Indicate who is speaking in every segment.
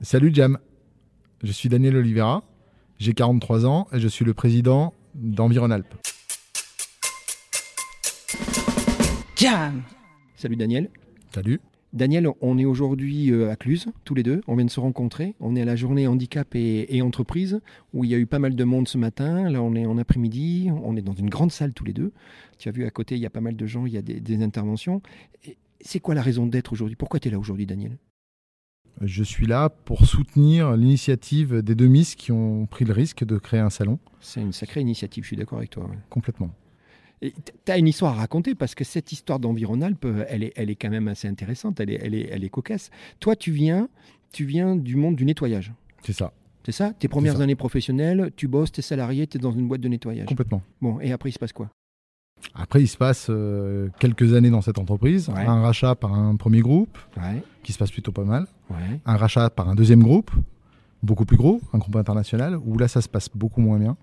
Speaker 1: Salut Jam, je suis Daniel Oliveira, j'ai 43 ans et je suis le président d'EnvironAlpes.
Speaker 2: Jam Salut Daniel.
Speaker 1: Salut.
Speaker 2: Daniel, on est aujourd'hui euh, à Cluse, tous les deux. On vient de se rencontrer. On est à la journée handicap et, et entreprise, où il y a eu pas mal de monde ce matin. Là, on est en après-midi. On est dans une grande salle tous les deux. Tu as vu, à côté, il y a pas mal de gens, il y a des, des interventions. Et C'est quoi la raison d'être aujourd'hui Pourquoi tu es là aujourd'hui, Daniel
Speaker 1: Je suis là pour soutenir l'initiative des deux Miss qui ont pris le risque de créer un salon
Speaker 2: C'est une sacrée initiative, je suis d'accord avec toi. ouais.
Speaker 1: complètement.
Speaker 2: Et tu as une histoire à raconter parce que cette histoire d'Environalp, euh, elle est, elle est quand même assez intéressante, elle est, elle est, elle est cocasse. Toi, tu viens, tu viens du monde du nettoyage.
Speaker 1: C'est ça,
Speaker 2: C'est ça Tes premières
Speaker 1: ça.
Speaker 2: années professionnelles, tu bosses, t'es salarié, t'es dans une boîte de nettoyage.
Speaker 1: complètement.
Speaker 2: Bon, et après, il se passe quoi
Speaker 1: Après, il se passe euh, quelques années dans cette entreprise,
Speaker 2: Ouais.
Speaker 1: un rachat par un premier groupe
Speaker 2: Ouais,
Speaker 1: qui se passe plutôt pas mal,
Speaker 2: ouais,
Speaker 1: un rachat par un deuxième groupe, beaucoup plus gros, un groupe international, où là ça se passe beaucoup moins bien.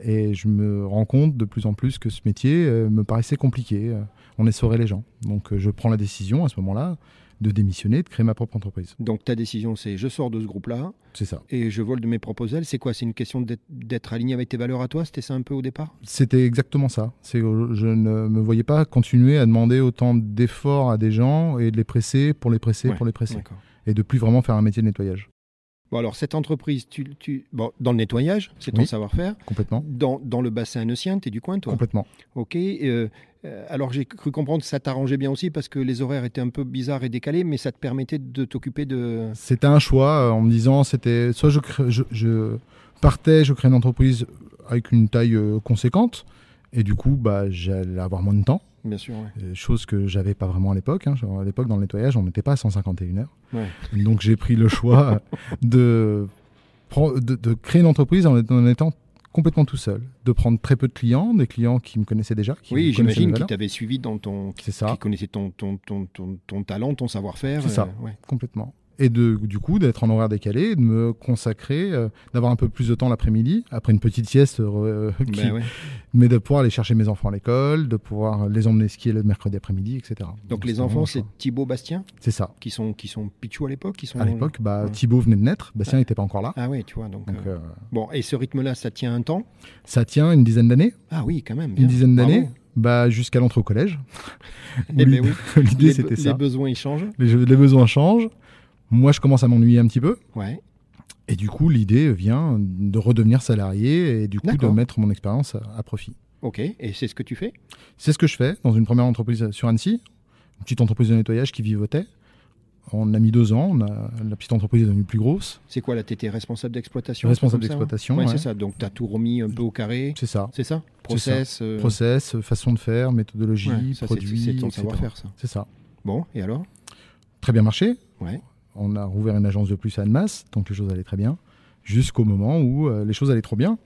Speaker 1: Et je me rends compte de plus en plus que ce métier euh, me paraissait compliqué. Euh, On essorait les gens. Donc euh, je prends la décision à ce moment-là de démissionner, de créer ma propre entreprise.
Speaker 2: Donc ta décision, c'est je sors de ce groupe-là
Speaker 1: C'est ça.
Speaker 2: et je vole de mes propres ailes. C'est quoi C'est une question d'être- d'être aligné avec tes valeurs à toi C'était ça un peu au départ
Speaker 1: C'était exactement ça. C'est, euh, je ne me voyais pas continuer à demander autant d'efforts à des gens et de les presser pour les presser,
Speaker 2: Ouais,
Speaker 1: pour les presser.
Speaker 2: D'accord.
Speaker 1: Et de plus vraiment faire un métier de nettoyage.
Speaker 2: Bon, alors cette entreprise, tu, tu... Bon, dans le nettoyage, c'est ton
Speaker 1: Oui.
Speaker 2: savoir-faire.
Speaker 1: Complètement.
Speaker 2: Dans, dans le bassin aneutien, t'es du coin, toi
Speaker 1: Complètement.
Speaker 2: Ok. euh, euh, alors j'ai cru comprendre que ça t'arrangeait bien aussi parce que les horaires étaient un peu bizarres et décalés, mais ça te permettait de t'occuper de.
Speaker 1: C'était un choix euh, en me disant c'était soit je, crée- je, je partais, je crée une entreprise avec une taille euh, conséquente et du coup bah j'allais avoir moins de temps,
Speaker 2: Bien sûr. ouais.
Speaker 1: euh, chose que j'avais pas vraiment à l'époque. hein. Genre, À l'époque dans le nettoyage on n'était pas à 151 heures,
Speaker 2: Ouais.
Speaker 1: donc j'ai pris le choix de, pre- de de créer une entreprise en, en étant complètement tout seul, de prendre très peu de clients, des clients qui me connaissaient déjà, qui
Speaker 2: Oui,
Speaker 1: connaissaient mes
Speaker 2: j'imagine qu'ils
Speaker 1: valeurs.
Speaker 2: t'avaient suivi dans ton.
Speaker 1: C'est ça.
Speaker 2: Qui connaissaient ton, ton, ton, ton, ton talent, ton savoir-faire.
Speaker 1: C'est ça.
Speaker 2: euh, ouais.
Speaker 1: Complètement. Et de, du coup, d'être en horaire décalé, de me consacrer, euh, d'avoir un peu plus de temps l'après-midi, après une petite sieste, euh, qui-
Speaker 2: Ben ouais.
Speaker 1: mais de pouvoir aller chercher mes enfants à l'école, de pouvoir les emmener skier le mercredi après-midi, etc.
Speaker 2: Donc
Speaker 1: c'était
Speaker 2: les
Speaker 1: vraiment
Speaker 2: enfants,
Speaker 1: un
Speaker 2: c'est
Speaker 1: choix.
Speaker 2: Thibaut Bastien,
Speaker 1: C'est ça.
Speaker 2: qui sont, qui sont Pichou à l'époque qui sont...
Speaker 1: hein. À l'époque, bah,
Speaker 2: Ah ouais.
Speaker 1: Thibaut venait de naître, Bastien n'était pas encore là.
Speaker 2: Ah ouais, tu vois. Donc,
Speaker 1: Donc
Speaker 2: euh,
Speaker 1: euh,
Speaker 2: Bon, et ce rythme-là, ça tient un temps
Speaker 1: ça tient une dizaine d'années.
Speaker 2: Ah oui, quand même.
Speaker 1: Une
Speaker 2: bien.
Speaker 1: dizaine
Speaker 2: Bravo.
Speaker 1: d'années, bah, jusqu'à l'entrée au collège. Où
Speaker 2: Eh ben
Speaker 1: l'idée-
Speaker 2: oui,
Speaker 1: L'idée,
Speaker 2: les,
Speaker 1: c'était
Speaker 2: be-
Speaker 1: ça.
Speaker 2: les besoins, ils changent.
Speaker 1: Les, les besoins changent. Moi, je commence à m'ennuyer un petit peu.
Speaker 2: Ouais.
Speaker 1: Et du coup, l'idée vient de redevenir salarié et du coup de
Speaker 2: D'accord.
Speaker 1: mettre mon expérience à- à profit.
Speaker 2: Ok, et c'est ce que tu fais
Speaker 1: C'est ce que je fais dans une première entreprise sur Annecy, une petite entreprise de nettoyage qui vivotait. On a mis deux ans, on a- la petite entreprise est devenue plus grosse.
Speaker 2: C'est quoi là T'étais responsable d'exploitation
Speaker 1: Responsable
Speaker 2: un truc comme ça, hein?
Speaker 1: d'exploitation,
Speaker 2: Ouais,
Speaker 1: ouais.
Speaker 2: c'est ça. Donc t'as tout remis un peu au carré.
Speaker 1: C'est ça.
Speaker 2: C'est ça Process. euh,
Speaker 1: Process, façon de faire, méthodologie,
Speaker 2: ouais, ça, c'est-
Speaker 1: produit.
Speaker 2: C'est ton
Speaker 1: etc.
Speaker 2: savoir-faire ça.
Speaker 1: C'est ça.
Speaker 2: Bon, et alors
Speaker 1: Très bien marché.
Speaker 2: Ouais.
Speaker 1: On a rouvert une agence de plus à Annemasse, donc les choses allaient très bien. Jusqu'au moment où euh, les choses allaient trop bien.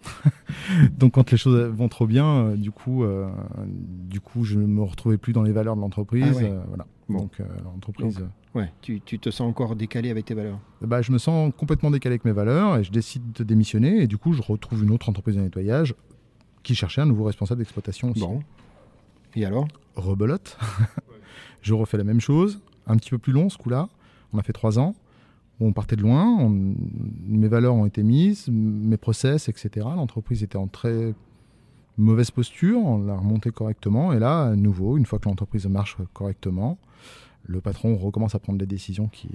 Speaker 1: donc quand les choses vont trop bien, euh, du coup, euh, du coup, je ne me retrouvais plus dans les valeurs de l'entreprise.
Speaker 2: Ah ouais.
Speaker 1: euh, voilà.
Speaker 2: Bon.
Speaker 1: Donc euh, l'entreprise.
Speaker 2: Ouais, tu, tu te sens encore décalé avec tes valeurs.
Speaker 1: bah, je me sens complètement décalé avec mes valeurs et je décide de démissionner et du coup je retrouve une autre entreprise de nettoyage qui cherchait un nouveau responsable d'exploitation aussi.
Speaker 2: Bon. Et alors
Speaker 1: Rebelote. je refais la même chose, un petit peu plus long ce coup-là. On a fait trois ans. On partait de loin, on- mes valeurs ont été mises, mes process, etc. L'entreprise était en très mauvaise posture, on l'a remontée correctement. Et là, à nouveau, une fois que l'entreprise marche correctement, le patron recommence à prendre des décisions qui,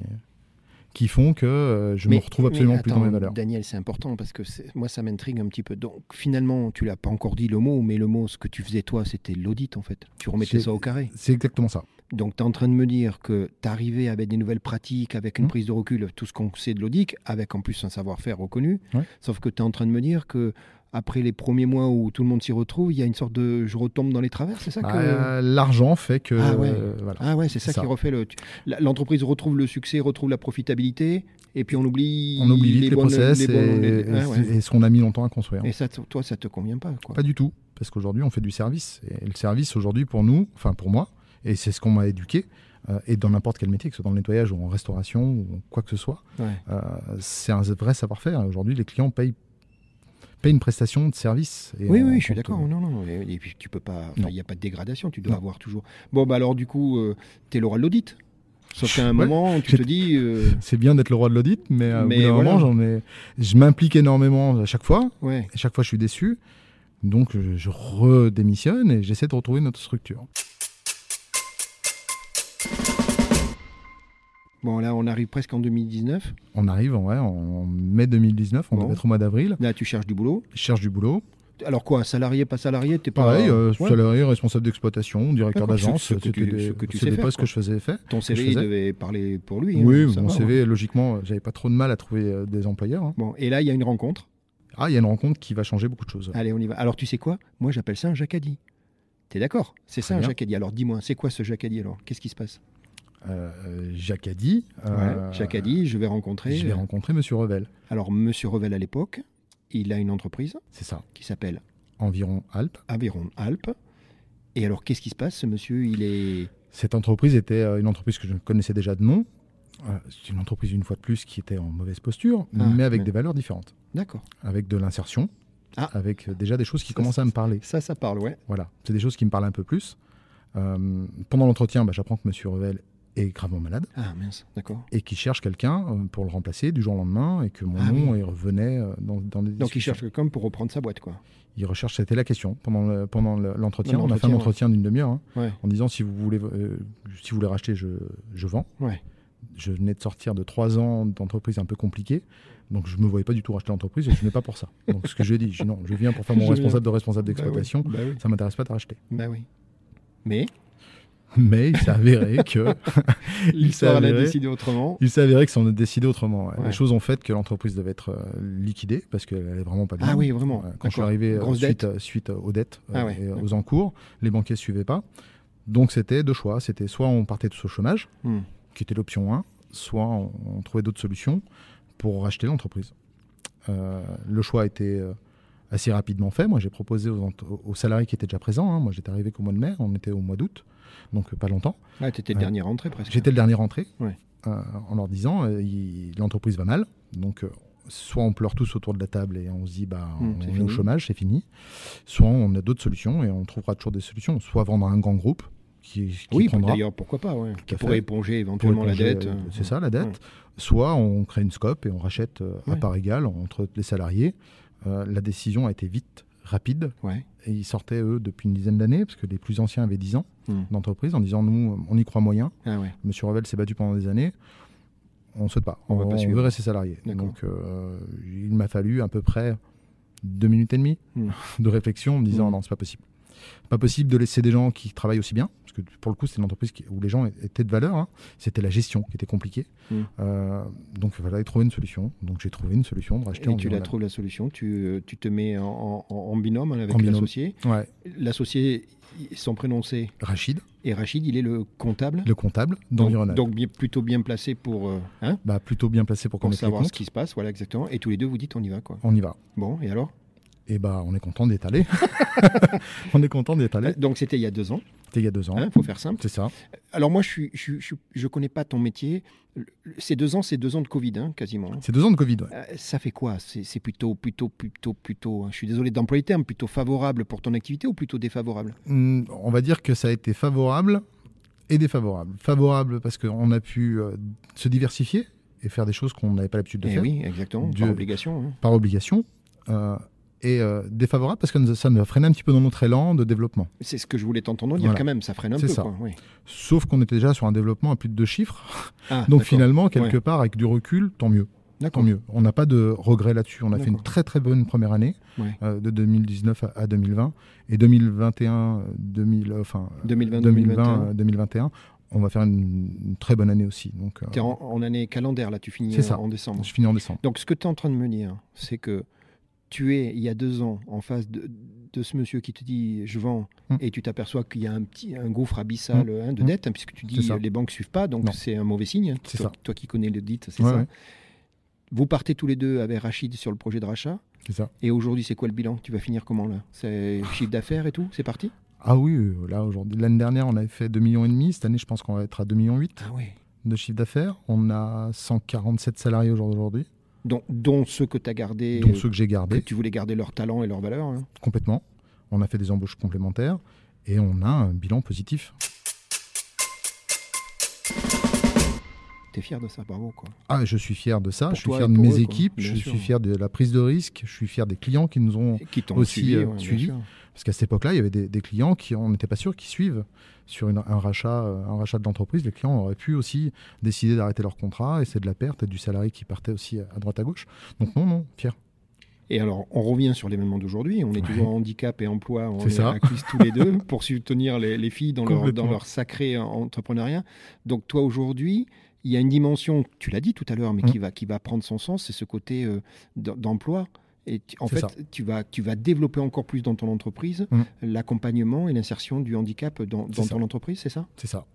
Speaker 1: qui font que euh, je me
Speaker 2: Mais-
Speaker 1: retrouve
Speaker 2: mais
Speaker 1: absolument plus dans
Speaker 2: attends,
Speaker 1: mes valeurs.
Speaker 2: Daniel, c'est important parce que c'est- moi, ça m'intrigue un petit peu. Donc finalement, tu l'as pas encore dit le mot, mais le mot, ce que tu faisais toi, c'était l'audit en fait. Tu remettais
Speaker 1: C'est-
Speaker 2: ça au carré.
Speaker 1: C'est exactement ça.
Speaker 2: Donc tu es en train de me dire que t'arrivais avec des nouvelles pratiques, avec une
Speaker 1: Mhm.
Speaker 2: prise de recul, tout ce qu'on sait de l'audit, avec en plus un savoir-faire reconnu.
Speaker 1: Ouais.
Speaker 2: Sauf que tu es en train de me dire que après les premiers mois où tout le monde s'y retrouve, il y a une sorte de je retombe dans les travers, c'est ça Ah, que...
Speaker 1: Euh, L'argent fait que...
Speaker 2: Ah ouais.
Speaker 1: euh, voilà.
Speaker 2: Ah ouais, c'est ça,
Speaker 1: C'est ça.
Speaker 2: qui refait le. tu- la- L'entreprise retrouve le succès, retrouve la profitabilité, et puis on oublie.
Speaker 1: On oublie vite les,
Speaker 2: bonnes-
Speaker 1: process
Speaker 2: les bonnes-
Speaker 1: et,
Speaker 2: les- ah ouais.
Speaker 1: et ce qu'on a mis longtemps à construire.
Speaker 2: Et ça, t- toi, ça te convient pas, quoi.
Speaker 1: Pas du tout, parce qu'aujourd'hui, on fait du service. Et le service, aujourd'hui, pour nous, enfin pour moi, et c'est ce qu'on m'a éduqué, euh, et dans n'importe quel métier, que ce soit dans le nettoyage ou en restauration ou en quoi que ce soit,
Speaker 2: Ouais.
Speaker 1: euh, c'est un vrai savoir-faire. Et Aujourd'hui, les clients payent, payent une prestation de service. Et
Speaker 2: Oui,
Speaker 1: on-
Speaker 2: oui, je suis
Speaker 1: quand,
Speaker 2: d'accord.
Speaker 1: euh,
Speaker 2: Non, non, et, et puis tu peux pas. enfin,
Speaker 1: Non.
Speaker 2: Il n'y a pas de dégradation, tu dois
Speaker 1: Non.
Speaker 2: euh, avoir toujours. Bon, bah alors du coup, tu t'es Laura l'audit. Sauf qu'à un moment, tu te dis. euh,
Speaker 1: C'est bien d'être le roi de l'audit, mais, à au
Speaker 2: Mais
Speaker 1: bout d'un
Speaker 2: voilà.
Speaker 1: moment, j'en ai... je m'implique énormément à chaque fois.
Speaker 2: ouais.
Speaker 1: Et chaque fois, je suis déçu. Donc, je, je redémissionne et j'essaie de retrouver notre structure.
Speaker 2: Bon, là, on arrive presque en 2019.
Speaker 1: On arrive ouais, en mai 2019, on
Speaker 2: Bon.
Speaker 1: devait être au mois d'avril.
Speaker 2: Là, tu cherches du boulot.
Speaker 1: Je cherche du boulot.
Speaker 2: Alors quoi, salarié, pas salarié, t'es pas.
Speaker 1: Pareil, euh,
Speaker 2: Bah, Ouais.
Speaker 1: salarié, responsable d'exploitation, directeur
Speaker 2: D'accord, ce-
Speaker 1: d'agence.
Speaker 2: ce que
Speaker 1: C'était
Speaker 2: tu- ce
Speaker 1: des,
Speaker 2: que
Speaker 1: c'était
Speaker 2: tu sais
Speaker 1: des
Speaker 2: faire,
Speaker 1: postes
Speaker 2: quoi.
Speaker 1: que je faisais faire.
Speaker 2: Ton
Speaker 1: je
Speaker 2: CV
Speaker 1: faisais.
Speaker 2: devait parler pour lui. hein,
Speaker 1: Oui,
Speaker 2: ça
Speaker 1: mon
Speaker 2: va, ouais.
Speaker 1: CV, logiquement, euh, j'avais pas trop de mal à trouver euh, des employeurs. hein.
Speaker 2: Bon, et là, il y a une rencontre.
Speaker 1: Ah, il y a une rencontre qui va changer beaucoup de choses.
Speaker 2: Allez, on y va. Alors, tu sais quoi Moi, j'appelle ça un jacadi. T'es d'accord C'est ça un
Speaker 1: bien.
Speaker 2: jacadi. Alors, dis-moi, c'est quoi ce jacadi alors Qu'est-ce qui se passe
Speaker 1: Euh, Jacadi, euh,
Speaker 2: Ouais, Jacadi, je vais rencontrer.
Speaker 1: je vais rencontrer Monsieur Revel.
Speaker 2: Alors, Monsieur Revel, à l'époque, il a une entreprise
Speaker 1: C'est ça,
Speaker 2: qui s'appelle
Speaker 1: environ Alpes.
Speaker 2: Aveyron Alpes. Et alors, qu'est-ce qui se passe Ce monsieur, il est.
Speaker 1: Cette entreprise était euh, une entreprise que je connaissais déjà de nom. Euh, C'est une entreprise, une fois de plus, qui était en mauvaise posture,
Speaker 2: Ah,
Speaker 1: mais avec
Speaker 2: mais-
Speaker 1: des valeurs différentes,
Speaker 2: D'accord.
Speaker 1: avec de l'insertion,
Speaker 2: Ah.
Speaker 1: avec euh, déjà des choses qui
Speaker 2: Ça,
Speaker 1: commençaient à me parler.
Speaker 2: Ça, ça parle, ouais.
Speaker 1: Voilà, c'est des choses qui me parlent un peu plus. Euh, pendant l'entretien, bah, j'apprends que Monsieur Revel est gravement malade
Speaker 2: Ah, mince, d'accord.
Speaker 1: et qu'il cherche quelqu'un euh, pour le remplacer du jour au lendemain et que mon
Speaker 2: Ah
Speaker 1: nom il revenait euh, dans, dans des
Speaker 2: Donc, il
Speaker 1: discussions.
Speaker 2: cherche comme pour reprendre sa boîte, quoi.
Speaker 1: Il recherche, c'était la question pendant le- pendant le- l'entretien.
Speaker 2: Dans
Speaker 1: on a fait
Speaker 2: l'entretien,
Speaker 1: un
Speaker 2: ouais.
Speaker 1: entretien d'une demi-heure hein,
Speaker 2: Ouais.
Speaker 1: en disant si vous voulez, euh, si vous voulez racheter, je, je vends.
Speaker 2: Ouais.
Speaker 1: Je venais de sortir de trois ans d'entreprise un peu compliquée, donc je me voyais pas du tout racheter l'entreprise et je venais pas pour ça. Donc ce que j'ai dit, j'ai dit, non, je viens pour faire mon
Speaker 2: Je viens.
Speaker 1: responsable de responsable
Speaker 2: Bah oui,
Speaker 1: d'exploitation.
Speaker 2: Bah oui.
Speaker 1: Ça m'intéresse pas de racheter.
Speaker 2: Bah oui. Mais
Speaker 1: Mais il s'est avéré que
Speaker 2: l'histoire, elle a
Speaker 1: avéré.
Speaker 2: décidé autrement.
Speaker 1: il s'est avéré que ça en a décidé autrement. ouais.
Speaker 2: Ouais.
Speaker 1: Les choses ont fait que l'entreprise devait être euh, liquidée parce qu'elle allait vraiment pas bien.
Speaker 2: Ah oui, vraiment.
Speaker 1: Euh, Quand je suis
Speaker 2: D'accord.
Speaker 1: arrivé euh,
Speaker 2: Grosse
Speaker 1: suite,
Speaker 2: dette.
Speaker 1: euh, suite, euh, aux dettes euh,
Speaker 2: Ah ouais,
Speaker 1: et euh,
Speaker 2: d'accord.
Speaker 1: aux encours, les banquiers ne suivaient pas. Donc c'était deux choix. C'était soit on partait tous au chômage,
Speaker 2: Hmm.
Speaker 1: qui était l'option 1, soit on, on trouvait d'autres solutions pour racheter l'entreprise. Euh, le choix a été euh, assez rapidement fait. Moi j'ai proposé aux, ent- aux salariés qui étaient déjà présents. hein. Moi j'étais arrivé qu'au mois de mai, on était au mois d'août, donc euh, pas longtemps.
Speaker 2: Ah, t'étais
Speaker 1: Ouais.
Speaker 2: le dernier rentré presque.
Speaker 1: J'étais le dernier rentré
Speaker 2: Ouais.
Speaker 1: euh, en leur disant euh, il- l'entreprise va mal. Donc, euh, soit on pleure tous autour de la table et on se dit bah,
Speaker 2: Mm,
Speaker 1: on
Speaker 2: c'est
Speaker 1: est au
Speaker 2: fini.
Speaker 1: chômage, c'est fini. Soit on a d'autres solutions et on trouvera toujours des solutions. Soit vendre à un grand groupe qui, qui
Speaker 2: Oui,
Speaker 1: prendra
Speaker 2: d'ailleurs, pourquoi pas, ouais.
Speaker 1: Tout à
Speaker 2: pour
Speaker 1: fait.
Speaker 2: éponger
Speaker 1: pour
Speaker 2: éventuellement
Speaker 1: éponger,
Speaker 2: la dette.
Speaker 1: euh,
Speaker 2: euh,
Speaker 1: C'est ça, la dette. Soit on crée une scope et on rachète euh, à
Speaker 2: Ouais.
Speaker 1: part égale entre les salariés. Euh, la décision a été vite, rapide.
Speaker 2: Ouais.
Speaker 1: Et ils sortaient, eux, depuis une dizaine d'années, parce que les plus anciens avaient 10 ans
Speaker 2: Mm.
Speaker 1: d'entreprise, en disant nous, on y croit moyen.
Speaker 2: Ah ouais.
Speaker 1: Monsieur Revel s'est battu pendant des années. On ne souhaite pas.
Speaker 2: On
Speaker 1: On,
Speaker 2: va pas
Speaker 1: on
Speaker 2: suivre.
Speaker 1: veut rester salarié.
Speaker 2: D'accord.
Speaker 1: Donc, euh, il m'a fallu à peu près deux minutes et demie
Speaker 2: Mm.
Speaker 1: de réflexion en me disant
Speaker 2: Mm.
Speaker 1: non, c'est pas possible. Pas possible de laisser des gens qui travaillent aussi bien, parce que pour le coup, c'est une entreprise qui- où les gens étaient de valeur. hein. C'était la gestion qui était compliquée.
Speaker 2: Mm.
Speaker 1: Euh, donc, il fallait trouver une solution. Donc, j'ai trouvé une solution de racheter
Speaker 2: Et tu la
Speaker 1: Envirolab.
Speaker 2: trouves la solution, tu, euh, tu te mets en, en- en binôme hein, avec
Speaker 1: En binôme.
Speaker 2: l'associé.
Speaker 1: Ouais.
Speaker 2: L'associé, il- son prénom c'est
Speaker 1: Rachid,
Speaker 2: et Rachid, il est le comptable.
Speaker 1: le comptable
Speaker 2: donc,
Speaker 1: d'Envirolab.
Speaker 2: donc bien- plutôt bien placé pour, euh, hein,
Speaker 1: Bah, plutôt bien placé pour
Speaker 2: pour
Speaker 1: connaître les
Speaker 2: savoir ce
Speaker 1: comptes.
Speaker 2: qui se passe, voilà exactement. Et tous les deux vous dites on y va quoi.
Speaker 1: On y va.
Speaker 2: Bon, et alors
Speaker 1: Et bah, on est content d'être allé. on est content d'être allé.
Speaker 2: Donc c'était il y a deux ans,
Speaker 1: C'était il y a deux ans.
Speaker 2: il faut faire simple.
Speaker 1: C'est ça.
Speaker 2: Alors moi je suis, je, suis- je, suis- je connais pas ton métier. Le- le- Ces deux ans, c'est deux ans de Covid hein, quasiment. hein.
Speaker 1: C'est deux ans de Covid, ouais.
Speaker 2: Euh, Ça fait quoi C'est c'est plutôt, plutôt, plutôt, plutôt, hein, je suis désolé d'employer le terme, plutôt favorable pour ton activité ou plutôt défavorable
Speaker 1: Hum, On va dire que ça a été favorable et défavorable. Favorable parce qu'on a pu euh, se diversifier et faire des choses qu'on n'avait pas l'habitude de
Speaker 2: Eh
Speaker 1: faire
Speaker 2: oui, exactement,
Speaker 1: Dieu.
Speaker 2: par obligation. hein.
Speaker 1: par obligation. euh, et euh, défavorable parce que nous- ça nous a freiné un petit peu dans notre élan de développement.
Speaker 2: C'est ce que je voulais t'entendre dire
Speaker 1: Voilà.
Speaker 2: quand même, ça freine un
Speaker 1: C'est
Speaker 2: peu.
Speaker 1: ça.
Speaker 2: quoi, oui.
Speaker 1: Sauf qu'on était déjà sur un développement à plus de deux chiffres.
Speaker 2: Ah,
Speaker 1: Donc
Speaker 2: d'accord.
Speaker 1: finalement, quelque
Speaker 2: Ouais.
Speaker 1: part, avec du recul, tant mieux. Tant
Speaker 2: D'accord.
Speaker 1: mieux. On n'a pas de regrets là-dessus. On a fait une
Speaker 2: D'accord.
Speaker 1: très très bonne première année
Speaker 2: Ouais.
Speaker 1: euh, de 2019 à, à 2020 et 2021, 2000, euh, enfin
Speaker 2: 2020,
Speaker 1: 2020,
Speaker 2: 2021.
Speaker 1: euh, 2021, on va faire une, une très bonne année aussi. Donc, euh,
Speaker 2: T'es en, en année calendaire, là, tu finis
Speaker 1: C'est
Speaker 2: euh,
Speaker 1: ça.
Speaker 2: en décembre.
Speaker 1: je finis en décembre.
Speaker 2: Donc ce que tu es en train de me dire, c'est que tu es, il y a deux ans, en face de, de ce monsieur qui te dit je vends,
Speaker 1: Mm.
Speaker 2: et tu t'aperçois qu'il y a un petit un gouffre abyssal hein, de
Speaker 1: Mm.
Speaker 2: dette, hein, puisque tu
Speaker 1: C'est
Speaker 2: dis
Speaker 1: ça.
Speaker 2: euh, les banques suivent pas, donc
Speaker 1: Non.
Speaker 2: c'est un mauvais signe. hein.
Speaker 1: C'est
Speaker 2: toi,
Speaker 1: ça.
Speaker 2: toi qui connais l'audit, c'est
Speaker 1: Ouais,
Speaker 2: ça.
Speaker 1: ouais.
Speaker 2: Vous partez tous les deux avec Rachid sur le projet de rachat,
Speaker 1: C'est ça.
Speaker 2: et aujourd'hui c'est quoi le bilan Tu vas finir comment là C'est chiffre d'affaires et tout C'est parti
Speaker 1: Ah oui, euh, là aujourd'hui, l'année dernière, on avait fait 2,5 millions et demi. Cette année, je pense qu'on va être à 2,8 millions
Speaker 2: Ah oui.
Speaker 1: de chiffre d'affaires. On a 147 salariés aujourd'hui,
Speaker 2: Dont, dont ceux que tu as gardés,
Speaker 1: dont
Speaker 2: euh,
Speaker 1: ceux que j'ai
Speaker 2: que
Speaker 1: gardés
Speaker 2: tu voulais garder leur talent et leur valeur. hein.
Speaker 1: complètement. On a fait des embauches complémentaires et on a un bilan positif.
Speaker 2: es fier de ça, bravo. Quoi.
Speaker 1: Ah, je suis fier de ça,
Speaker 2: Pour
Speaker 1: je suis
Speaker 2: toi
Speaker 1: fier
Speaker 2: et
Speaker 1: de
Speaker 2: pour
Speaker 1: mes
Speaker 2: eux, quoi.
Speaker 1: équipes,
Speaker 2: Bien
Speaker 1: je
Speaker 2: sûr.
Speaker 1: suis fier de la prise de risque, je suis fier des clients qui nous ont.
Speaker 2: Et Qui t'ont
Speaker 1: Aussi,
Speaker 2: suivi,
Speaker 1: euh,
Speaker 2: ouais, bien
Speaker 1: suivi.
Speaker 2: sûr.
Speaker 1: Parce qu'à cette époque-là, il y avait des, des clients qui, on n'était pas sûr qu'ils suivent sur une- un rachat, euh, un rachat de l'entreprise. Les clients auraient pu aussi décider d'arrêter leur contrat et c'est de la perte et du salarié qui partait aussi à à droite à gauche. Donc non, non, fier.
Speaker 2: Et alors, on revient sur l'événement d'aujourd'hui. On est toujours en handicap et emploi. On
Speaker 1: C'est
Speaker 2: est,
Speaker 1: ça.
Speaker 2: à Cluse tous les deux pour soutenir les, les filles dans leur,
Speaker 1: Complètement.
Speaker 2: dans leur sacré euh, entrepreneuriat. Donc, toi, aujourd'hui, il y a une dimension, tu l'as dit tout à l'heure, mais
Speaker 1: Mm.
Speaker 2: qui, va, qui va prendre son sens, c'est ce côté euh, d- d'emploi. Et tu- en
Speaker 1: C'est
Speaker 2: fait,
Speaker 1: ça.
Speaker 2: tu vas, tu vas développer encore plus dans ton entreprise
Speaker 1: Mm.
Speaker 2: l'accompagnement et l'insertion du handicap dans,
Speaker 1: C'est
Speaker 2: dans
Speaker 1: ça.
Speaker 2: ton entreprise, c'est ça
Speaker 1: C'est ça.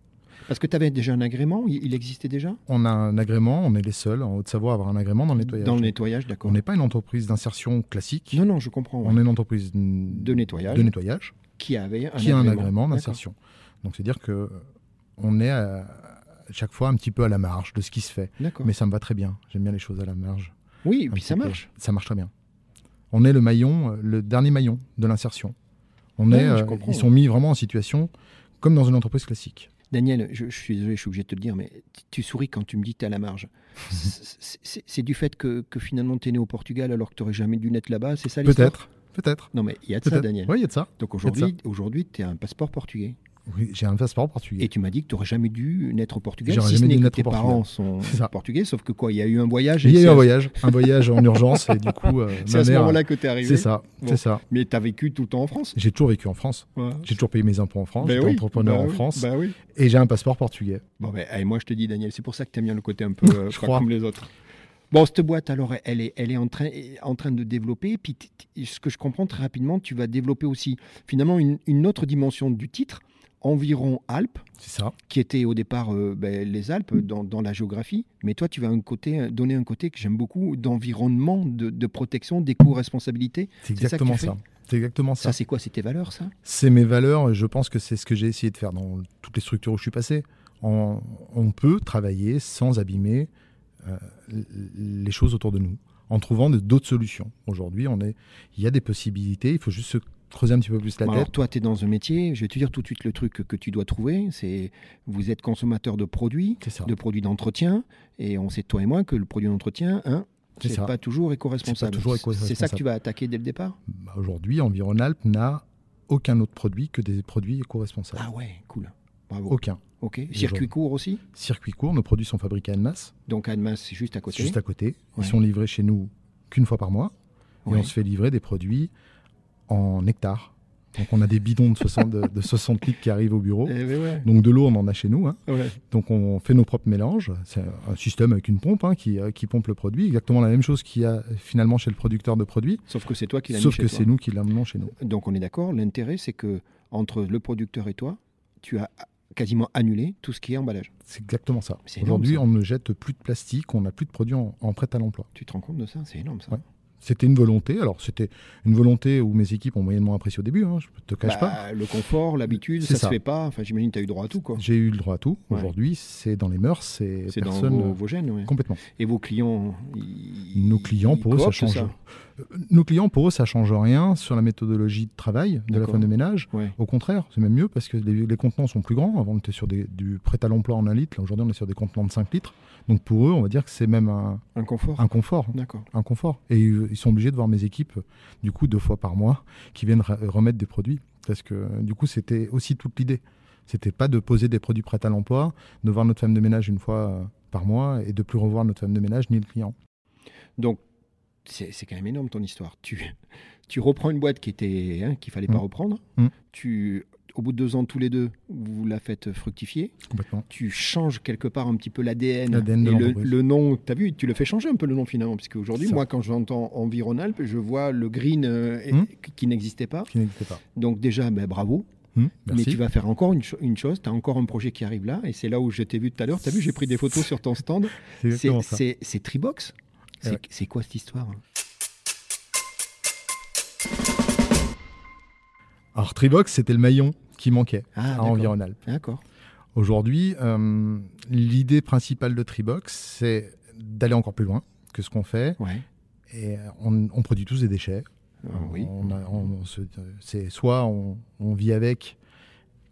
Speaker 2: Parce que tu avais déjà un agrément, il, il existait déjà
Speaker 1: On a un agrément, on est les seuls en Haute-Savoie à avoir un agrément dans le nettoyage.
Speaker 2: Dans le nettoyage,
Speaker 1: on
Speaker 2: d'accord.
Speaker 1: n'est pas une entreprise d'insertion classique,
Speaker 2: Non, non, je comprends. ouais.
Speaker 1: on est une entreprise de
Speaker 2: De nettoyage,
Speaker 1: de nettoyage.
Speaker 2: qui avait un
Speaker 1: qui a un
Speaker 2: agrément.
Speaker 1: agrément
Speaker 2: D'accord.
Speaker 1: d'insertion. Donc c'est-à-dire que euh, on est à, à chaque fois un petit peu à la marge de ce qui se fait.
Speaker 2: D'accord.
Speaker 1: Mais ça me va très bien. J'aime bien les choses à la marge.
Speaker 2: Oui, et
Speaker 1: Un
Speaker 2: puis
Speaker 1: petit
Speaker 2: ça
Speaker 1: peu.
Speaker 2: marche.
Speaker 1: Ça marche très bien. On est le maillon, euh, le dernier maillon de l'insertion. On
Speaker 2: Ouais,
Speaker 1: est,
Speaker 2: je
Speaker 1: euh,
Speaker 2: comprends.
Speaker 1: ils sont mis vraiment en situation comme dans une entreprise classique.
Speaker 2: Daniel, je, je suis désolé, je suis obligé de te le dire, mais tu- tu souris quand tu me dis que tu es à la marge. C'est- C'est c'est du fait que, que finalement tu es né au Portugal alors que tu n'aurais jamais dû naître là-bas, c'est ça l'histoire
Speaker 1: Peut-être, peut-être.
Speaker 2: Non, mais il y a de ça,
Speaker 1: peut-être.
Speaker 2: Daniel.
Speaker 1: Oui, il y a de ça.
Speaker 2: Donc aujourd'hui, aujourd'hui tu as un passeport portugais.
Speaker 1: Oui, j'ai un passeport portugais.
Speaker 2: Et tu m'as dit que tu n'aurais jamais dû naître au Portugal,
Speaker 1: J'aurais
Speaker 2: si ce
Speaker 1: jamais dû
Speaker 2: n'est que
Speaker 1: naître
Speaker 2: tes
Speaker 1: au Portugal.
Speaker 2: parents sont
Speaker 1: C'est ça.
Speaker 2: portugais, sauf que quoi, il y a eu un voyage.
Speaker 1: Il y
Speaker 2: et
Speaker 1: a eu
Speaker 2: c'est
Speaker 1: un
Speaker 2: à-
Speaker 1: voyage, un voyage en urgence et du coup, euh,
Speaker 2: C'est
Speaker 1: ma
Speaker 2: à ce
Speaker 1: mère-
Speaker 2: moment-là que tu es arrivé.
Speaker 1: C'est ça,
Speaker 2: Bon.
Speaker 1: c'est ça.
Speaker 2: Mais tu as vécu tout le temps en France.
Speaker 1: J'ai toujours vécu en France. J'ai toujours payé mes impôts en France.
Speaker 2: Ben
Speaker 1: J'étais
Speaker 2: oui,
Speaker 1: entrepreneur
Speaker 2: bah
Speaker 1: en
Speaker 2: oui,
Speaker 1: France
Speaker 2: bah oui.
Speaker 1: et j'ai un passeport portugais.
Speaker 2: Bon, ben, allez, moi je te dis, Daniel, c'est pour ça que tu aimes bien le côté un peu euh,
Speaker 1: Je
Speaker 2: pas
Speaker 1: crois.
Speaker 2: comme les autres. Bon, cette boîte, alors, elle est, elle est en, train, en train de développer. Puis, t- t- ce que je comprends très rapidement, tu vas développer aussi, finalement, une, une autre dimension du titre, Environ Alpes,
Speaker 1: C'est ça.
Speaker 2: qui était au départ euh, ben, les Alpes dans, dans la géographie. Mais toi, tu vas un côté, euh, donner un côté que j'aime beaucoup d'environnement, de, de protection, d'éco-responsabilité.
Speaker 1: C'est
Speaker 2: C'est ça que
Speaker 1: exactement
Speaker 2: tu fais
Speaker 1: ça. C'est exactement ça.
Speaker 2: Ça, c'est quoi C'est tes valeurs, ça
Speaker 1: C'est mes valeurs et je pense que c'est ce que j'ai essayé de faire dans toutes les structures où je suis passé. On, on peut travailler sans abîmer euh, l- les choses autour de nous en trouvant de- d'autres solutions. Aujourd'hui, on est, il y a des possibilités. Il faut juste se creuser un petit peu plus la
Speaker 2: Bon,
Speaker 1: tête.
Speaker 2: Alors toi, tu es dans un métier, je vais te dire tout de suite le truc que- que tu dois trouver, c'est vous êtes consommateur de produits,
Speaker 1: C'est ça.
Speaker 2: de produits d'entretien, et on sait toi et moi que le produit d'entretien, hein,
Speaker 1: C'est
Speaker 2: c'est
Speaker 1: ça.
Speaker 2: pas toujours
Speaker 1: C'est pas
Speaker 2: éco-responsable.
Speaker 1: toujours
Speaker 2: C'est ça que
Speaker 1: éco-responsable.
Speaker 2: tu vas attaquer dès le départ
Speaker 1: Bah, Aujourd'hui, Environalp n'a aucun autre produit que des produits éco-responsables.
Speaker 2: Ah ouais, cool. Bravo. Ok.
Speaker 1: Aucun.
Speaker 2: Circuit
Speaker 1: aujourd'hui.
Speaker 2: court aussi
Speaker 1: Circuit court, nos produits sont fabriqués en masse.
Speaker 2: Donc Admas, c'est juste à côté.
Speaker 1: C'est juste à côté. Ils
Speaker 2: Ouais.
Speaker 1: sont livrés chez nous qu'une fois par mois.
Speaker 2: Ouais.
Speaker 1: Et on se fait livrer des produits en hectares. Donc on a des bidons de 60, de, de 60 litres qui arrivent au bureau.
Speaker 2: Eh ben ouais,
Speaker 1: Donc de l'eau, on en a chez nous. hein.
Speaker 2: ouais.
Speaker 1: Donc on fait nos propres mélanges. C'est un système avec une pompe hein, qui, euh, qui pompe le produit. Exactement la même chose qu'il y a finalement chez le producteur de produits.
Speaker 2: Sauf que c'est toi qui l'as mis
Speaker 1: Sauf
Speaker 2: chez
Speaker 1: que
Speaker 2: toi.
Speaker 1: c'est nous qui l'amenons chez nous.
Speaker 2: Donc on est d'accord, l'intérêt c'est que entre le producteur et toi, tu as quasiment annulé tout ce qui est emballage.
Speaker 1: C'est exactement ça.
Speaker 2: C'est énorme,
Speaker 1: Aujourd'hui,
Speaker 2: ça.
Speaker 1: on ne jette plus de plastique, on n'a plus de produits en, en prêt à l'emploi.
Speaker 2: Tu te rends compte de ça C'est énorme ça.
Speaker 1: Ouais. C'était une volonté. Alors c'était une volonté où mes équipes ont moyennement apprécié au début. hein, je ne te cache
Speaker 2: Bah,
Speaker 1: pas.
Speaker 2: Le confort, l'habitude,
Speaker 1: C'est
Speaker 2: ça,
Speaker 1: ça.
Speaker 2: se fait pas. Enfin, j'imagine que tu as eu droit à tout, quoi.
Speaker 1: J'ai eu le droit à tout.
Speaker 2: Ouais.
Speaker 1: Aujourd'hui, c'est dans les mœurs, c'est
Speaker 2: C'est dans
Speaker 1: personne euh,
Speaker 2: vos, vos gènes, ouais.
Speaker 1: complètement.
Speaker 2: Et vos clients ils-
Speaker 1: Nos clients,
Speaker 2: ils
Speaker 1: pour eux, ça
Speaker 2: cooptent
Speaker 1: change. Euh, Nos clients, pour eux, ça change rien sur la méthodologie de travail de la
Speaker 2: D'accord.
Speaker 1: femme de ménage.
Speaker 2: Ouais.
Speaker 1: Au contraire, c'est même mieux parce que les, les contenants sont plus grands. Avant, on était sur des- du prêt à l'emploi en 1 litre. Là, Aujourd'hui, on est sur des contenants de 5 litres. Donc pour eux, on va dire que c'est même un,
Speaker 2: Un confort.
Speaker 1: un confort.
Speaker 2: D'accord.
Speaker 1: Un confort. Et euh, ils sont obligés de voir mes équipes, du coup, deux fois par mois, qui viennent ra- remettre des produits. Parce que, euh, du coup, c'était aussi toute l'idée. C'était pas de poser des produits prêts à l'emploi, de voir notre femme de ménage une fois euh, par mois et de plus revoir notre femme de ménage ni le client.
Speaker 2: Donc, c'est c'est quand même énorme ton histoire. Tu, tu reprends une boîte qui était hein, qu'il fallait pas
Speaker 1: Mm.
Speaker 2: reprendre.
Speaker 1: Mm.
Speaker 2: Tu, au bout de deux ans, tous les deux, vous la faites fructifier.
Speaker 1: Complètement.
Speaker 2: Tu changes quelque part un petit peu l'ADN.
Speaker 1: L'ADN de
Speaker 2: et le,
Speaker 1: l'entreprise.
Speaker 2: le nom, tu as vu, tu le fais changer un peu le nom finalement. Parce qu'aujourd'hui,
Speaker 1: C'est ça.
Speaker 2: moi, quand j'entends Environalp, je vois le green euh, et-
Speaker 1: Mm.
Speaker 2: qui- qui n'existait pas.
Speaker 1: Qui n'existait pas.
Speaker 2: Donc, déjà, ben, bravo.
Speaker 1: Hum,
Speaker 2: Mais tu
Speaker 1: merci.
Speaker 2: vas faire encore une, cho- une chose, tu as encore un projet qui arrive là, et c'est là où je t'ai vu tout à l'heure, tu as vu, j'ai pris des photos sur ton stand,
Speaker 1: C'est
Speaker 2: c'est
Speaker 1: exactement ça. Eh
Speaker 2: c'est- c'est Tribox C'est
Speaker 1: ouais.
Speaker 2: c'est quoi cette histoire hein
Speaker 1: Alors, Tribox, c'était le maillon qui manquait
Speaker 2: Ah,
Speaker 1: à
Speaker 2: d'accord.
Speaker 1: Environalp.
Speaker 2: D'accord.
Speaker 1: Aujourd'hui, euh, l'idée principale de Tribox, c'est d'aller encore plus loin que ce qu'on fait.
Speaker 2: Ouais.
Speaker 1: Et euh, on- on produit tous des déchets.
Speaker 2: Ah oui.
Speaker 1: On a- on- on se- c'est soit on, on vit avec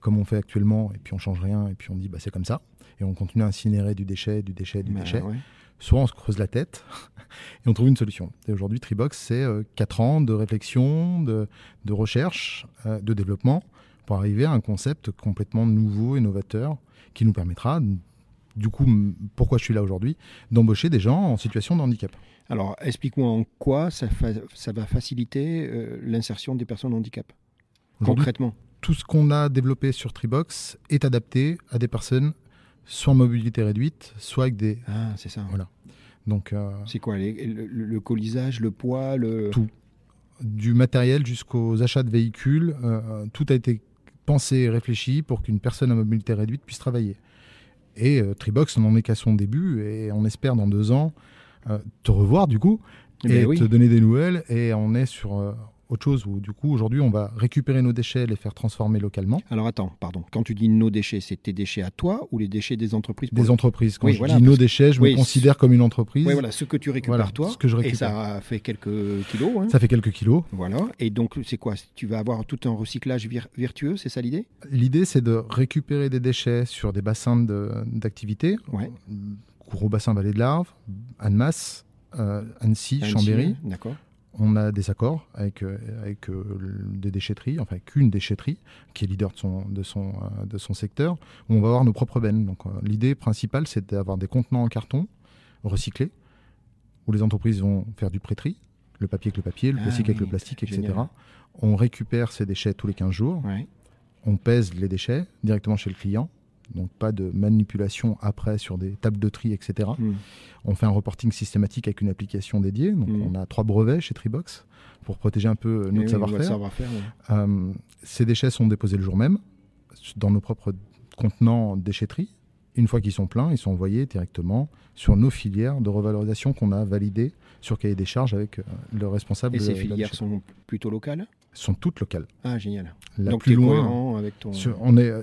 Speaker 1: comme on fait actuellement, et puis on change rien, et puis on dit bah, c'est comme ça, et on continue à incinérer du déchet, du déchet, du
Speaker 2: Bah,
Speaker 1: déchet.
Speaker 2: ouais.
Speaker 1: Soit on se creuse la tête et on trouve une solution. Et aujourd'hui, Tribox, c'est 4 ans de réflexion, de, de recherche, euh, de développement pour arriver à un concept complètement nouveau, innovateur, qui nous permettra, du coup, m- pourquoi je suis là aujourd'hui, d'embaucher des gens en situation de handicap.
Speaker 2: Alors, explique-moi en quoi ça, fa- ça va faciliter euh, l'insertion des personnes handicapées,
Speaker 1: Aujourd'hui,
Speaker 2: concrètement.
Speaker 1: tout ce qu'on a développé sur Tribox est adapté à des personnes soit en mobilité réduite, soit avec des...
Speaker 2: Ah, c'est ça.
Speaker 1: Donc, euh,
Speaker 2: C'est quoi les- le, le- le colisage, le poids, le...
Speaker 1: Tout. du matériel jusqu'aux achats de véhicules, euh, tout a été pensé et réfléchi pour qu'une personne à mobilité réduite puisse travailler. Et euh, Tribox n'en est qu'à son début et on espère dans deux ans euh, te revoir du coup
Speaker 2: Eh
Speaker 1: et
Speaker 2: ben oui.
Speaker 1: te donner des nouvelles et on est sur euh, autre chose où du coup aujourd'hui on va récupérer nos déchets, les faire transformer localement.
Speaker 2: Alors attends, pardon. Quand tu dis nos déchets, c'est tes déchets à toi ou les déchets des entreprises pour
Speaker 1: Des
Speaker 2: le-
Speaker 1: entreprises. Quand
Speaker 2: Oui,
Speaker 1: je
Speaker 2: voilà,
Speaker 1: dis
Speaker 2: parce
Speaker 1: nos
Speaker 2: que-
Speaker 1: déchets, je
Speaker 2: oui,
Speaker 1: me considère comme une entreprise.
Speaker 2: Ouais, voilà, ce que tu récupères
Speaker 1: Voilà,
Speaker 2: toi.
Speaker 1: ce que je
Speaker 2: Et
Speaker 1: récupère.
Speaker 2: ça fait quelques kilos. hein.
Speaker 1: Ça fait quelques kilos.
Speaker 2: Voilà. Et donc, c'est quoi Tu vas avoir tout un recyclage vir- vertueux, c'est ça l'idée
Speaker 1: L'idée, c'est de récupérer des déchets sur des bassins de- d'activité.
Speaker 2: Ouais.
Speaker 1: Gros bassin Vallée de l'Arve, Annemasse, euh, Annecy,
Speaker 2: Annecy,
Speaker 1: Chambéry.
Speaker 2: D'accord.
Speaker 1: On a des accords avec, euh, avec euh, le- des déchetteries, enfin avec une déchetterie qui est leader de son, de son, euh, de son secteur. où on va avoir nos propres bennes. Donc euh, l'idée principale, c'est d'avoir des contenants en carton recyclés où les entreprises vont faire du pré-tri, le papier avec le papier, le
Speaker 2: Ah
Speaker 1: plastique avec
Speaker 2: oui,
Speaker 1: le plastique, etc.
Speaker 2: génial.
Speaker 1: On récupère ces déchets tous les 15 jours
Speaker 2: Ouais.
Speaker 1: on pèse les déchets directement chez le client, donc pas de manipulation après sur des tables de tri, etc.
Speaker 2: Hmm.
Speaker 1: On fait un reporting systématique avec une application dédiée. Donc
Speaker 2: Mhm.
Speaker 1: on a trois brevets chez Tribox pour protéger un peu
Speaker 2: Eh oui,
Speaker 1: notre
Speaker 2: votre
Speaker 1: savoir-faire.
Speaker 2: savoir-faire, ouais.
Speaker 1: Euh, ces déchets sont déposés le jour même dans nos propres contenants déchetterie. Une fois qu'ils sont pleins, ils sont envoyés directement sur nos filières de revalorisation qu'on a validées sur cahier des charges avec euh, le responsable
Speaker 2: Et
Speaker 1: de
Speaker 2: ces
Speaker 1: la
Speaker 2: filières
Speaker 1: déchetterie.
Speaker 2: sont plutôt locales
Speaker 1: sont toutes locales.
Speaker 2: Ah, génial.
Speaker 1: La
Speaker 2: donc,
Speaker 1: plus
Speaker 2: tu es
Speaker 1: loin,
Speaker 2: cohérent avec ton.
Speaker 1: sur- on est, euh,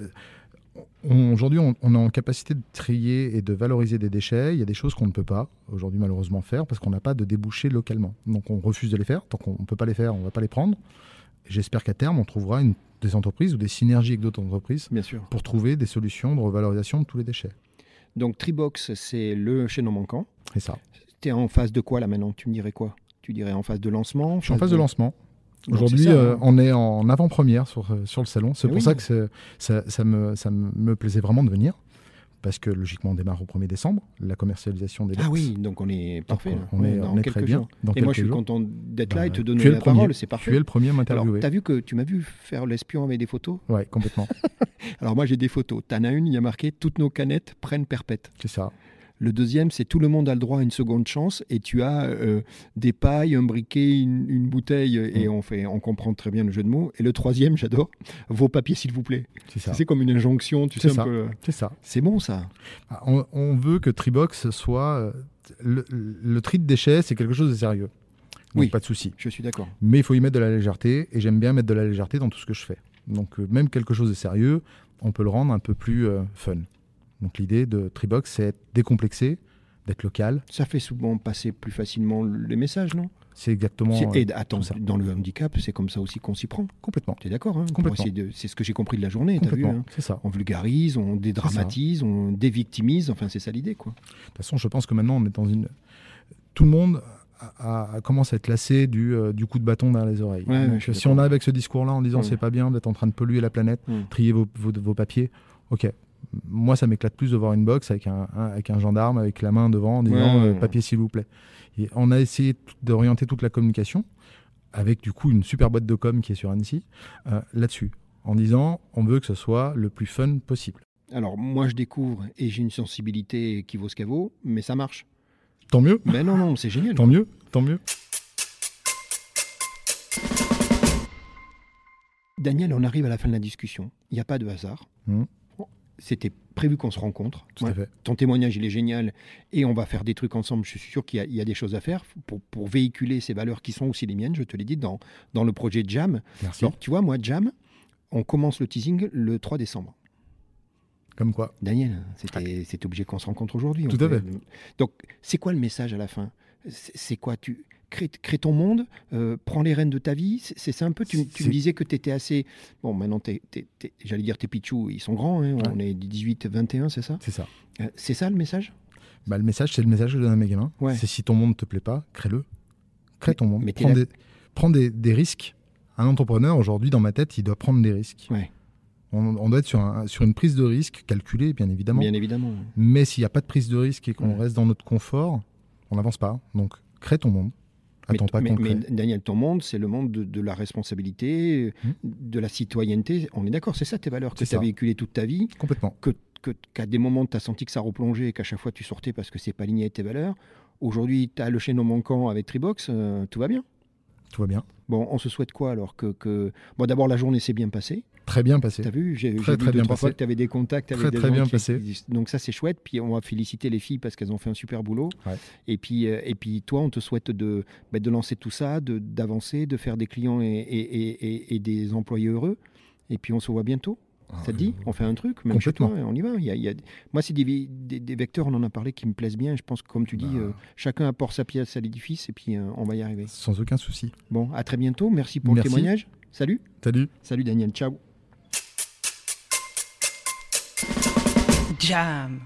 Speaker 1: on- aujourd'hui, on, on est en capacité de trier et de valoriser des déchets. Il y a des choses qu'on ne peut pas aujourd'hui malheureusement faire parce qu'on n'a pas de débouchés localement. Donc on refuse de les faire. Tant qu'on ne peut pas les faire, on ne va pas les prendre. J'espère qu'à terme, on trouvera une- des entreprises ou des synergies avec d'autres entreprises
Speaker 2: Bien sûr.
Speaker 1: pour trouver des solutions de revalorisation de tous les déchets.
Speaker 2: Donc, Tribox, c'est le chaînon manquant.
Speaker 1: C'est ça.
Speaker 2: Tu es en phase de quoi là maintenant Tu me dirais quoi Tu dirais en phase de lancement
Speaker 1: Je suis en phase de lancement.
Speaker 2: Donc,
Speaker 1: Aujourd'hui,
Speaker 2: c'est ça,
Speaker 1: euh,
Speaker 2: hein.
Speaker 1: on est en avant-première sur, euh, sur le salon. C'est
Speaker 2: Eh
Speaker 1: pour
Speaker 2: oui.
Speaker 1: ça que c'est- ça, ça me, ça me- me plaisait vraiment de venir. Parce que logiquement, on démarre au 1er décembre, la commercialisation des
Speaker 2: Ah
Speaker 1: box.
Speaker 2: oui, donc on est
Speaker 1: Donc,
Speaker 2: parfait. là.
Speaker 1: on est,
Speaker 2: hein. dans
Speaker 1: on est
Speaker 2: quelques
Speaker 1: très bien.
Speaker 2: jours.
Speaker 1: Dans
Speaker 2: Et moi,
Speaker 1: quelques
Speaker 2: je suis
Speaker 1: jours.
Speaker 2: content d'être là
Speaker 1: Bah,
Speaker 2: et te
Speaker 1: tu
Speaker 2: donner
Speaker 1: es le
Speaker 2: la
Speaker 1: premier.
Speaker 2: parole, c'est
Speaker 1: Tu es
Speaker 2: parfait.
Speaker 1: le premier à
Speaker 2: Alors,
Speaker 1: m'interviewer.
Speaker 2: t'as vu que tu m'as vu faire l'espion avec des photos
Speaker 1: Ouais, complètement.
Speaker 2: Alors moi j'ai des photos. T'en as une, il y a marqué toutes nos canettes prennent perpète.
Speaker 1: C'est ça.
Speaker 2: Le deuxième, c'est tout le monde a le droit à une seconde chance et tu as euh, des pailles, un briquet, une, une bouteille et
Speaker 1: Mm.
Speaker 2: on fait, on comprend très bien le jeu de mots. Et le troisième, j'adore, vos papiers s'il vous plaît.
Speaker 1: C'est ça.
Speaker 2: C'est comme une injonction, tu
Speaker 1: C'est
Speaker 2: sais un
Speaker 1: ça.
Speaker 2: peu. euh,
Speaker 1: C'est ça.
Speaker 2: C'est bon ça.
Speaker 1: Ah, On, on veut que Tribox soit. euh, Le, le tri de déchets, c'est quelque chose de sérieux. Donc,
Speaker 2: Oui.
Speaker 1: Pas de souci.
Speaker 2: Je suis d'accord.
Speaker 1: Mais il faut y mettre de la légèreté. Et j'aime bien mettre de la légèreté dans tout ce que je fais. Donc, euh, même quelque chose de sérieux, on peut le rendre un peu plus euh, fun. Donc, l'idée de Tribox, c'est d'être décomplexé, d'être local.
Speaker 2: Ça fait souvent passer plus facilement les messages, non
Speaker 1: C'est exactement.
Speaker 2: C'est-
Speaker 1: euh,
Speaker 2: Et attends,
Speaker 1: tout ça.
Speaker 2: dans le handicap, c'est comme ça aussi qu'on s'y prend.
Speaker 1: complètement.
Speaker 2: T'es d'accord hein, pour
Speaker 1: Complètement.
Speaker 2: essayer de- C'est ce que j'ai compris de la journée, t'as vu
Speaker 1: Complètement.
Speaker 2: hein
Speaker 1: C'est ça.
Speaker 2: on vulgarise, on dédramatise, on dévictimise, enfin c'est ça l'idée quoi.
Speaker 1: De toute façon, je pense que maintenant, on est dans une. Tout le monde a- a- commence à être lassé du, euh, du coup de bâton dans les oreilles.
Speaker 2: Ouais,
Speaker 1: Donc,
Speaker 2: ouais, je suis
Speaker 1: si on
Speaker 2: d'accord.
Speaker 1: a avec ce discours-là en disant
Speaker 2: Ouais.
Speaker 1: c'est pas bien, vous êtes en train de polluer la planète,
Speaker 2: Mm.
Speaker 1: trier vos, vos- vos papiers, ok. Moi, ça m'éclate plus de voir une box avec un, un- avec un gendarme avec la main devant en disant
Speaker 2: Ouais, ouais,
Speaker 1: euh,
Speaker 2: ouais.
Speaker 1: papier s'il vous plaît. Et on a essayé tout- d'orienter toute la communication avec du coup une super boîte de com qui est sur Annecy euh, là-dessus en disant on veut que ce soit le plus fun possible.
Speaker 2: Alors moi je découvre et j'ai une sensibilité qui vaut ce qu'elle vaut, mais ça marche.
Speaker 1: Tant mieux,
Speaker 2: Ben non, non, c'est génial.
Speaker 1: tant mieux, tant mieux.
Speaker 2: Daniel, on arrive à la fin de la discussion. Il n'y a pas de hasard.
Speaker 1: Mhm.
Speaker 2: C'était prévu qu'on se rencontre.
Speaker 1: Tout
Speaker 2: Ouais.
Speaker 1: à fait.
Speaker 2: Ton témoignage, il est génial et on va faire des trucs ensemble. Je suis sûr qu'il y a- il y, a des choses à faire pour, pour véhiculer ces valeurs qui sont aussi les miennes, je te l'ai dit, dans, dans le projet Jam.
Speaker 1: Merci.
Speaker 2: Alors, tu vois, moi, Jam, on commence le teasing le 3 décembre.
Speaker 1: Comme quoi.
Speaker 2: Daniel,
Speaker 1: Ah.
Speaker 2: c'était c'était obligé qu'on se rencontre aujourd'hui. on
Speaker 1: Tout à
Speaker 2: pouvait- Donc, c'est quoi le message à la fin C'est c'est quoi tu crée, crée ton monde, euh, prends les rênes de ta vie. C'est- C'est simple. Tu, tu me
Speaker 1: C'est-
Speaker 2: disais que tu étais assez. Bon, maintenant, t'es- t'es- t'es- j'allais dire tes pitchous, ils sont grands. hein, On est 18, 21, c'est ça
Speaker 1: C'est ça.
Speaker 2: Euh, C'est ça le message
Speaker 1: Bah, le message, c'est le message que je donne à mes gamins.
Speaker 2: Ouais.
Speaker 1: C'est si ton monde ne te plaît pas, crée-le. Crée ton monde.
Speaker 2: mais t'es
Speaker 1: prends,
Speaker 2: là-
Speaker 1: des, prends des, des risques. Un entrepreneur, aujourd'hui, dans ma tête, il doit prendre des risques.
Speaker 2: Ouais.
Speaker 1: On, on doit être sur, un- sur une prise de risque calculée, bien évidemment.
Speaker 2: Bien évidemment.
Speaker 1: Mais s'il n'y a pas de prise de risque et qu'on
Speaker 2: Ouais.
Speaker 1: reste dans notre confort, on n'avance pas. Donc, crée ton monde. Attends
Speaker 2: mais,
Speaker 1: pas
Speaker 2: mais-
Speaker 1: qu'on le crée.
Speaker 2: mais Daniel, ton monde, c'est le monde de, de la responsabilité,
Speaker 1: Hmm.
Speaker 2: de la citoyenneté. On est d'accord, c'est ça tes valeurs que
Speaker 1: C'est
Speaker 2: tu as
Speaker 1: ça.
Speaker 2: véhiculées toute ta vie.
Speaker 1: Complètement.
Speaker 2: que- qu'à des moments, tu as senti que ça replongeait et qu'à chaque fois, tu sortais parce que c'est pas aligné avec tes valeurs. Aujourd'hui, tu as le chaînon manquant avec Tribox, euh, tout va bien.
Speaker 1: Tout va bien.
Speaker 2: Bon, on se souhaite quoi alors que, que... Bon, d'abord, la journée s'est bien passée.
Speaker 1: Très bien passé.
Speaker 2: Tu as vu, j'ai j'ai vu
Speaker 1: Très,
Speaker 2: deux,
Speaker 1: très bien
Speaker 2: trois fois
Speaker 1: passé.
Speaker 2: que tu avais des contacts avec
Speaker 1: Très,
Speaker 2: des
Speaker 1: très
Speaker 2: gens
Speaker 1: bien
Speaker 2: qui-
Speaker 1: passé.
Speaker 2: qui- Donc ça, c'est chouette. Puis on va féliciter les filles parce qu'elles ont fait un super boulot.
Speaker 1: Ouais.
Speaker 2: Et, puis, euh, et puis toi, on te souhaite de, bah, de lancer tout ça, de- d'avancer, de, faire des clients et, et- et- et- et des employés heureux. Et puis on se voit bientôt. Ça te dit On fait un truc, même chez toi,
Speaker 1: Complètement.
Speaker 2: on y va. Il y a- il y a- Moi, c'est des, vi- des- des vecteurs, on en a parlé, qui me plaisent bien. Je pense que, comme tu dis,
Speaker 1: Bah.
Speaker 2: euh, chacun apporte sa pièce à l'édifice et puis euh, on va y arriver.
Speaker 1: Sans aucun souci.
Speaker 2: Bon, à très bientôt. Merci pour
Speaker 1: Merci.
Speaker 2: le témoignage. Salut.
Speaker 1: Salut.
Speaker 2: Salut Daniel, ciao.
Speaker 3: Jam.